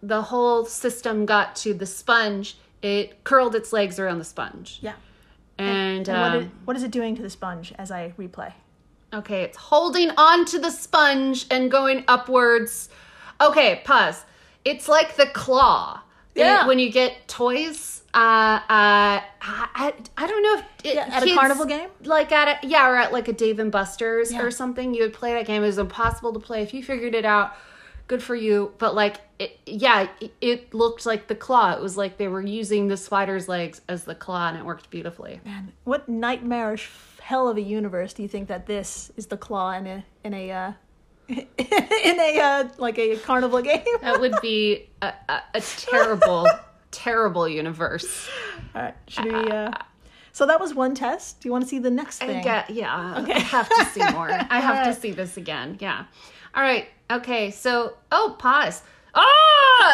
[SPEAKER 2] the whole system got to the sponge, it curled its legs around the sponge.
[SPEAKER 1] Yeah.
[SPEAKER 2] And,
[SPEAKER 1] And what,
[SPEAKER 2] um,
[SPEAKER 1] it, what is it doing to the sponge as I replay?
[SPEAKER 2] okay, it's holding on to the sponge and going upwards. Okay, pause. It's like the claw.
[SPEAKER 1] Yeah.
[SPEAKER 2] It- when you get toys. Uh, uh, I, I, I don't know if it,
[SPEAKER 1] Yeah, at a carnival game?
[SPEAKER 2] like at a, yeah, or at like a Dave and Buster's
[SPEAKER 1] Yeah.
[SPEAKER 2] or something. You would play that game. It was impossible to play. If you figured it out, good for you. But like, it, yeah, it, it looked like the claw. It was like they were using the spider's legs as the claw, and it worked beautifully.
[SPEAKER 1] Man, what nightmarish f- hell of a universe do you think that this is the claw in a in a uh, in a uh, like a carnival game?
[SPEAKER 2] That would be a, a, a terrible, terrible universe.
[SPEAKER 1] All right. Should we? Uh... So that was one test. Do you want to see the next thing?
[SPEAKER 2] I get, yeah. I have to see more. I have to see this again. Yeah. All right. Okay. So, oh, pause. Ah,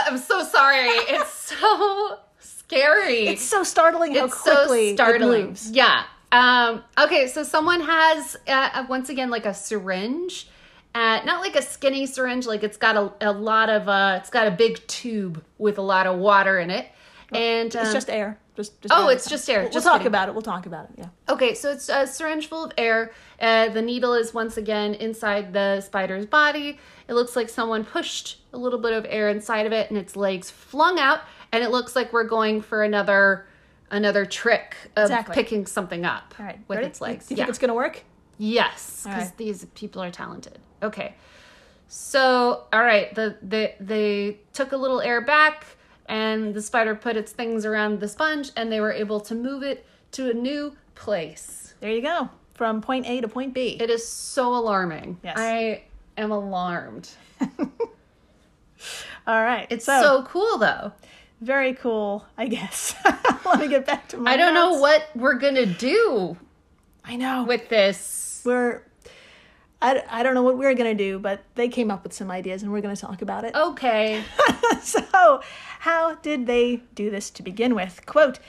[SPEAKER 2] I'm so sorry. It's so scary.
[SPEAKER 1] It's so startling how
[SPEAKER 2] It's so
[SPEAKER 1] quickly it
[SPEAKER 2] startling.
[SPEAKER 1] moves.
[SPEAKER 2] Yeah. Um, okay, so someone has uh, once again like a syringe, uh, not like a skinny syringe. Like it's got a, a lot of uh, it's got a big tube with a lot of water in it, and um,
[SPEAKER 1] It's just air. Just, just
[SPEAKER 2] Oh,
[SPEAKER 1] air.
[SPEAKER 2] it's just air.
[SPEAKER 1] We'll,
[SPEAKER 2] Just
[SPEAKER 1] we'll talk
[SPEAKER 2] kidding.
[SPEAKER 1] about it. We'll talk about it. Yeah.
[SPEAKER 2] Okay, so it's a syringe full of air. Uh, the needle is once again inside the spider's body. It looks like someone pushed a little bit of air inside of it, and its legs flung out. And it looks like we're going for another another trick of
[SPEAKER 1] Exactly.
[SPEAKER 2] picking something up
[SPEAKER 1] All right.
[SPEAKER 2] with
[SPEAKER 1] ready?
[SPEAKER 2] its legs.
[SPEAKER 1] You
[SPEAKER 2] yeah.
[SPEAKER 1] think it's gonna work?
[SPEAKER 2] Yes, because
[SPEAKER 1] right.
[SPEAKER 2] these people are talented. Okay. So, all right, the, the they took a little air back and the spider put its things around the sponge and they were able to move it to a new place.
[SPEAKER 1] There you go. From point A to point B.
[SPEAKER 2] It is so alarming.
[SPEAKER 1] Yes.
[SPEAKER 2] I am alarmed.
[SPEAKER 1] All right.
[SPEAKER 2] It's
[SPEAKER 1] It's
[SPEAKER 2] so,
[SPEAKER 1] so,
[SPEAKER 2] cool though.
[SPEAKER 1] very cool, I guess. Let me get back to my
[SPEAKER 2] I don't know
[SPEAKER 1] notes.
[SPEAKER 2] what we're going to do
[SPEAKER 1] I know.
[SPEAKER 2] with this.
[SPEAKER 1] We're I, I don't know what we're going to do, but they came up with some ideas and we're going to talk about it.
[SPEAKER 2] Oh. Okay.
[SPEAKER 1] So, how did they do this to begin with? Quote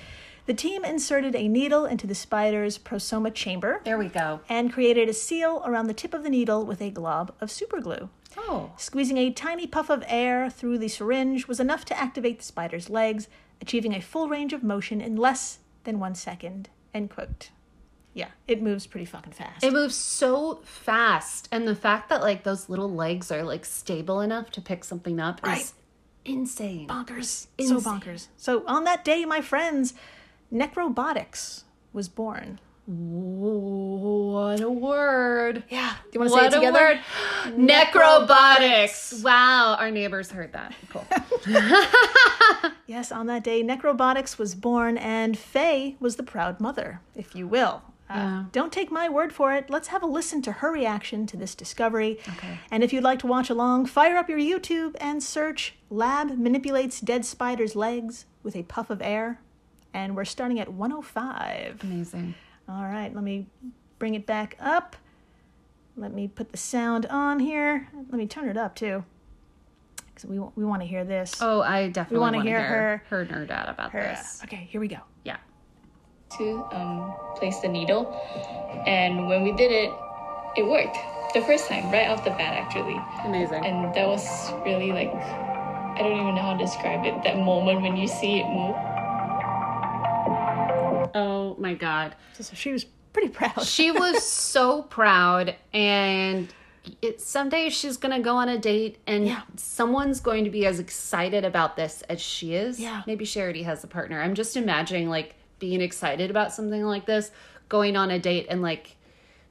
[SPEAKER 1] The team inserted a needle into the spider's prosoma chamber
[SPEAKER 2] There we go.
[SPEAKER 1] and created a seal around the tip of the needle with a glob of superglue.
[SPEAKER 2] Oh.
[SPEAKER 1] Squeezing a tiny puff of air through the syringe was enough to activate the spider's legs, achieving a full range of motion in less than one second. End quote. Yeah, it moves pretty fucking fast.
[SPEAKER 2] It moves so fast, and the fact that like those little legs are like stable enough to pick something up
[SPEAKER 1] Right.
[SPEAKER 2] is insane.
[SPEAKER 1] bonkers.
[SPEAKER 2] Insane.
[SPEAKER 1] So bonkers. So on that day, my friends, Necrobotics was born.
[SPEAKER 2] What a word!
[SPEAKER 1] Yeah. Do you want to say it
[SPEAKER 2] What a
[SPEAKER 1] together?
[SPEAKER 2] word! Necrobotics. Wow, our neighbors heard that. Cool.
[SPEAKER 1] Yes, on that day, Necrobotics was born, and Faye was the proud mother, if you will. Uh, Don't take my word for it. Let's have a listen to her reaction to this discovery. Okay. And if you'd like to watch along, fire up your YouTube and search Lab Manipulates Dead Spider's Legs with a Puff of Air. And we're starting at 105.
[SPEAKER 2] Amazing.
[SPEAKER 1] All right, let me bring it back up. Let me put the sound on here. Let me turn it up too. Because we, wa- we want to hear this.
[SPEAKER 2] Oh, I definitely
[SPEAKER 1] wanna
[SPEAKER 2] want to
[SPEAKER 1] hear
[SPEAKER 2] hear, her her nerd out about
[SPEAKER 1] Or, uh,
[SPEAKER 2] this.
[SPEAKER 1] Okay, here we go.
[SPEAKER 2] Yeah.
[SPEAKER 5] to um, place the needle. And when we did it, it worked the first time, right off the bat, actually.
[SPEAKER 2] Amazing.
[SPEAKER 5] And that was really like, I don't even know how to describe it. That moment when you see it move.
[SPEAKER 2] oh my god.
[SPEAKER 1] So, so she was pretty proud.
[SPEAKER 2] She was so proud and it, someday she's going to go on a date and
[SPEAKER 1] Yeah.
[SPEAKER 2] someone's going to be as excited about this as she is.
[SPEAKER 1] Yeah.
[SPEAKER 2] Maybe she already has a partner. I'm just imagining like being excited about something like this, going on a date and like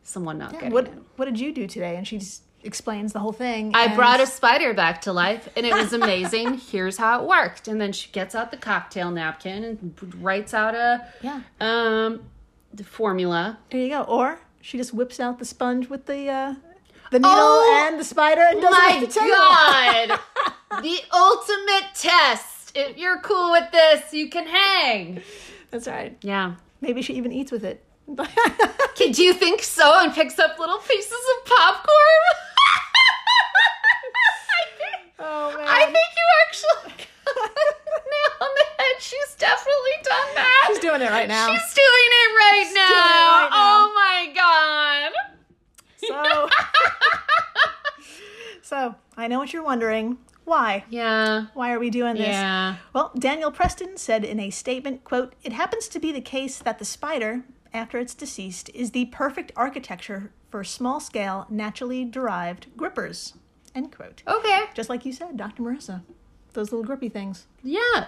[SPEAKER 2] someone not getting
[SPEAKER 1] what
[SPEAKER 2] it.
[SPEAKER 1] What did you do today? And she just explains the whole thing.
[SPEAKER 2] I
[SPEAKER 1] and-
[SPEAKER 2] brought a spider back to life and it was amazing. Here's how it worked. And then she gets out the cocktail napkin and writes out a
[SPEAKER 1] Yeah.
[SPEAKER 2] um the formula.
[SPEAKER 1] There you go. Or she just whips out the sponge with the uh, the needle
[SPEAKER 2] Oh
[SPEAKER 1] and the spider and does it off
[SPEAKER 2] My
[SPEAKER 1] the table.
[SPEAKER 2] god. the ultimate test. If you're cool with this, you can hang.
[SPEAKER 1] That's right.
[SPEAKER 2] Yeah.
[SPEAKER 1] Maybe she even eats with it.
[SPEAKER 2] Kid, do you think so? And picks up little pieces of popcorn. I think-
[SPEAKER 1] oh man.
[SPEAKER 2] I think you actually got the nail on the head. She's definitely done that.
[SPEAKER 1] She's doing it right now.
[SPEAKER 2] She's doing it right now.
[SPEAKER 1] right now.
[SPEAKER 2] Oh my god.
[SPEAKER 1] So, so I know what you're wondering. Why?
[SPEAKER 2] Yeah.
[SPEAKER 1] Why are we doing this?
[SPEAKER 2] Yeah.
[SPEAKER 1] Well, Daniel Preston said in a statement, quote, "It happens to be the case that the spider, after it's deceased, is the perfect architecture for small-scale, naturally derived grippers." End quote.
[SPEAKER 2] Okay.
[SPEAKER 1] Just like you said, Dr. Marissa, those little grippy things.
[SPEAKER 2] Yeah.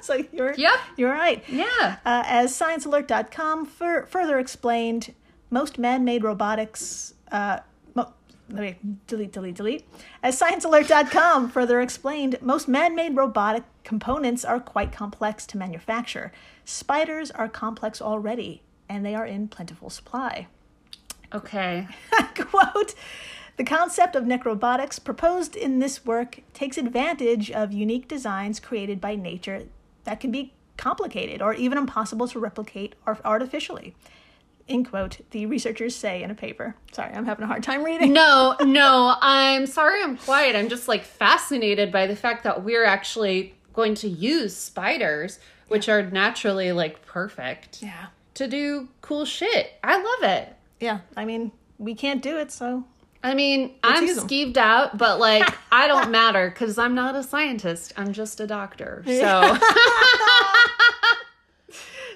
[SPEAKER 1] so you're
[SPEAKER 2] Yep.
[SPEAKER 1] you're right.
[SPEAKER 2] Yeah.
[SPEAKER 1] Uh, as sciencealert.com fur- further explained, most man made robotics. Uh, mo- let me delete, delete, delete. As sciencealert.com further explained, most man made robotic components are quite complex to manufacture. Spiders are complex already, and they are in plentiful supply.
[SPEAKER 2] Okay.
[SPEAKER 1] Quote The concept of necrobotics proposed in this work takes advantage of unique designs created by nature that can be complicated or even impossible to replicate ar- artificially. End quote, the researchers say in a paper. Sorry, I'm having a hard time reading.
[SPEAKER 2] No, no, I'm sorry I'm quiet. I'm just like fascinated by the fact that we're actually going to use spiders, which are naturally like perfect,
[SPEAKER 1] Yeah.
[SPEAKER 2] to do cool shit. I love it.
[SPEAKER 1] Yeah, I mean, we can't do it, so.
[SPEAKER 2] I mean, I'm
[SPEAKER 1] use 'em.
[SPEAKER 2] skeeved out, but like, I don't matter because I'm not a scientist. I'm just a doctor. So.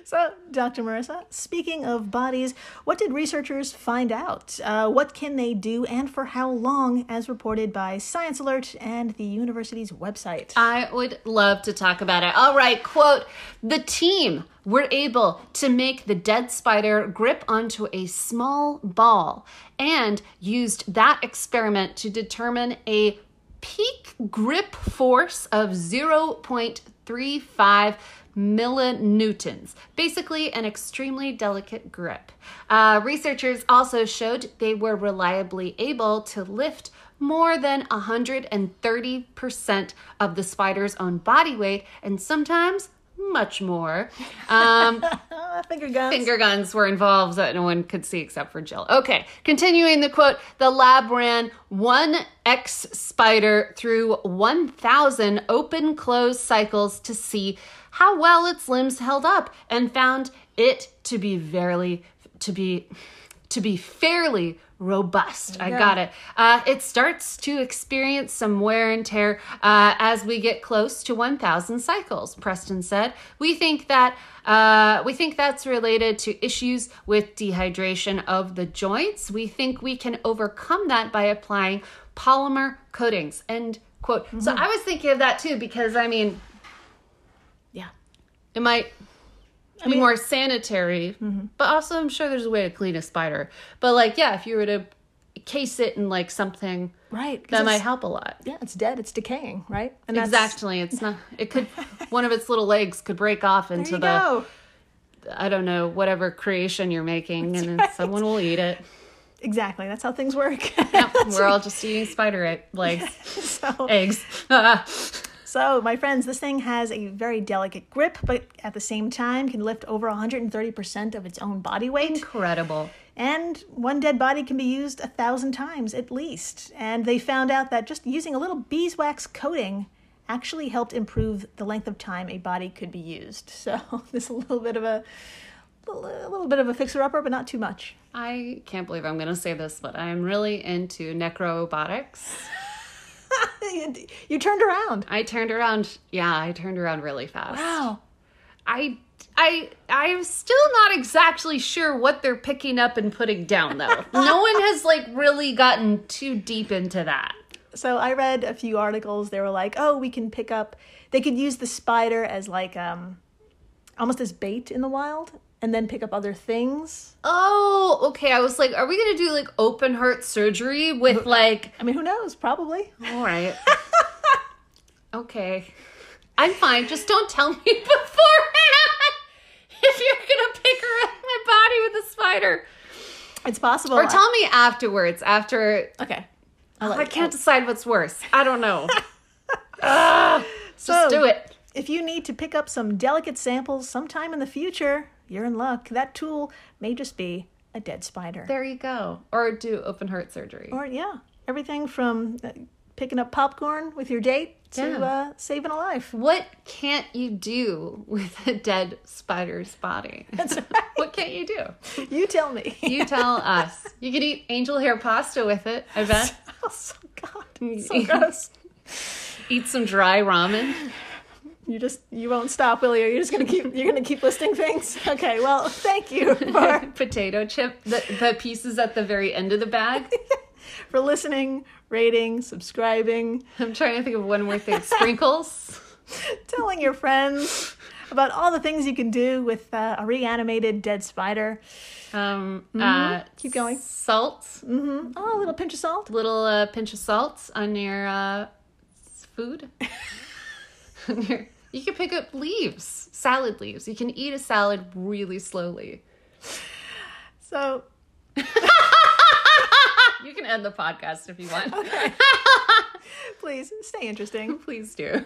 [SPEAKER 1] So, Dr. Marissa, speaking of bodies, what did researchers find out? Uh, what can they do and for how long, as reported by Science Alert and the university's website?
[SPEAKER 2] I would love to talk about it. All right, quote The team were able to make the dead spider grip onto a small ball and used that experiment to determine a peak grip force of 0.35 millinewtons, basically an extremely delicate grip. Uh, researchers also showed they were reliably able to lift more than 130% of the spider's own body weight and sometimes much more. Um,
[SPEAKER 1] Finger guns.
[SPEAKER 2] finger guns were involved that no one could see except for Jill. Okay, continuing the quote the lab ran one X spider through 1,000 open close cycles to see how well its limbs held up and found it to be very, to be. to be fairly robust. I got it. Uh, it starts to experience some wear and tear uh, as we get close to 1,000 cycles. Preston said, "We think that uh, we think that's related to issues with dehydration of the joints. We think we can overcome that by applying polymer coatings." End quote. So I was thinking of that too because I mean,
[SPEAKER 1] Yeah.
[SPEAKER 2] it might be more sanitary,
[SPEAKER 1] Mm-hmm.
[SPEAKER 2] but also I'm sure there's a way to clean a spider. But like, yeah, if you were to case it in like something,
[SPEAKER 1] Right. 'cause
[SPEAKER 2] that might
[SPEAKER 1] it's-
[SPEAKER 2] help a lot.
[SPEAKER 1] Yeah, it's dead. It's decaying, right? And
[SPEAKER 2] Exactly. It's not. It could. one of its little legs could break off
[SPEAKER 1] There
[SPEAKER 2] into
[SPEAKER 1] you
[SPEAKER 2] the
[SPEAKER 1] go.
[SPEAKER 2] I don't know whatever creation you're making, and then
[SPEAKER 1] right.
[SPEAKER 2] someone will eat it.
[SPEAKER 1] Exactly. That's how things work.
[SPEAKER 2] Yep, we're all just eating spider egg- legs,
[SPEAKER 1] so,
[SPEAKER 2] eggs.
[SPEAKER 1] so, my friends, this thing has a very delicate grip, but at the same time can lift over 130% of its own body weight.
[SPEAKER 2] Incredible.
[SPEAKER 1] And one dead body can be used a thousand times at least. And they found out that just using a little beeswax coating actually helped improve the length of time a body could be used. So this a little bit of a, a little bit of a fixer-upper, but not too much.
[SPEAKER 2] I can't believe I'm going to say this, but I'm really into necrobotics.
[SPEAKER 1] You, you turned around.
[SPEAKER 2] I turned around. Yeah, I turned around really fast.
[SPEAKER 1] Wow.
[SPEAKER 2] I I I'm still not exactly sure what they're picking up and putting down though. no one has like really gotten too deep into that.
[SPEAKER 1] So I read a few articles. They were like, "Oh, we can pick up. They could use the spider as like um, almost as bait in the wild, and then pick up other things.
[SPEAKER 2] Oh, okay. I was like, are we going to do like open heart surgery with like
[SPEAKER 1] I mean, who knows? Probably.
[SPEAKER 2] all right. okay. I'm fine. Just don't tell me beforehand if you're going to pick her up my body with a spider
[SPEAKER 1] It's possible.
[SPEAKER 2] or tell me afterwards after Oh,
[SPEAKER 1] Okay.
[SPEAKER 2] I can't decide what's worse. I don't know.
[SPEAKER 1] So,
[SPEAKER 2] Do it.
[SPEAKER 1] If you need to pick up some delicate samples sometime in the future, you're in luck. That tool may just be a dead spider.
[SPEAKER 2] There you go. Or do open heart surgery.
[SPEAKER 1] Or, yeah, everything from uh, picking up popcorn with your date to
[SPEAKER 2] Yeah.
[SPEAKER 1] uh, saving a life.
[SPEAKER 2] what can't you do with a dead spider's body?
[SPEAKER 1] That's right.
[SPEAKER 2] What can't you do?
[SPEAKER 1] you tell me.
[SPEAKER 2] You tell us. You could eat angel hair pasta with it, I bet.
[SPEAKER 1] oh, so God. So gross.
[SPEAKER 2] Eat some dry ramen.
[SPEAKER 1] You just you won't stop, will you? You're just gonna keep you're gonna keep listing things. Okay, well, thank you for
[SPEAKER 2] Potato chip, the, the pieces at the very end of the bag.
[SPEAKER 1] for listening, rating, subscribing,
[SPEAKER 2] I'm trying to think of one more thing. Sprinkles.
[SPEAKER 1] telling your friends about all the things you can do with uh, a reanimated dead spider.
[SPEAKER 2] Um, uh,
[SPEAKER 1] Mm-hmm. Keep going.
[SPEAKER 2] Salt.
[SPEAKER 1] Oh, a little pinch of salt.
[SPEAKER 2] Little uh, pinch of salt on your uh, food. On your- you can pick up leaves, salad leaves. You can eat a salad really slowly.
[SPEAKER 1] So
[SPEAKER 2] You can end the podcast if you want.
[SPEAKER 1] please stay interesting.
[SPEAKER 2] Please do.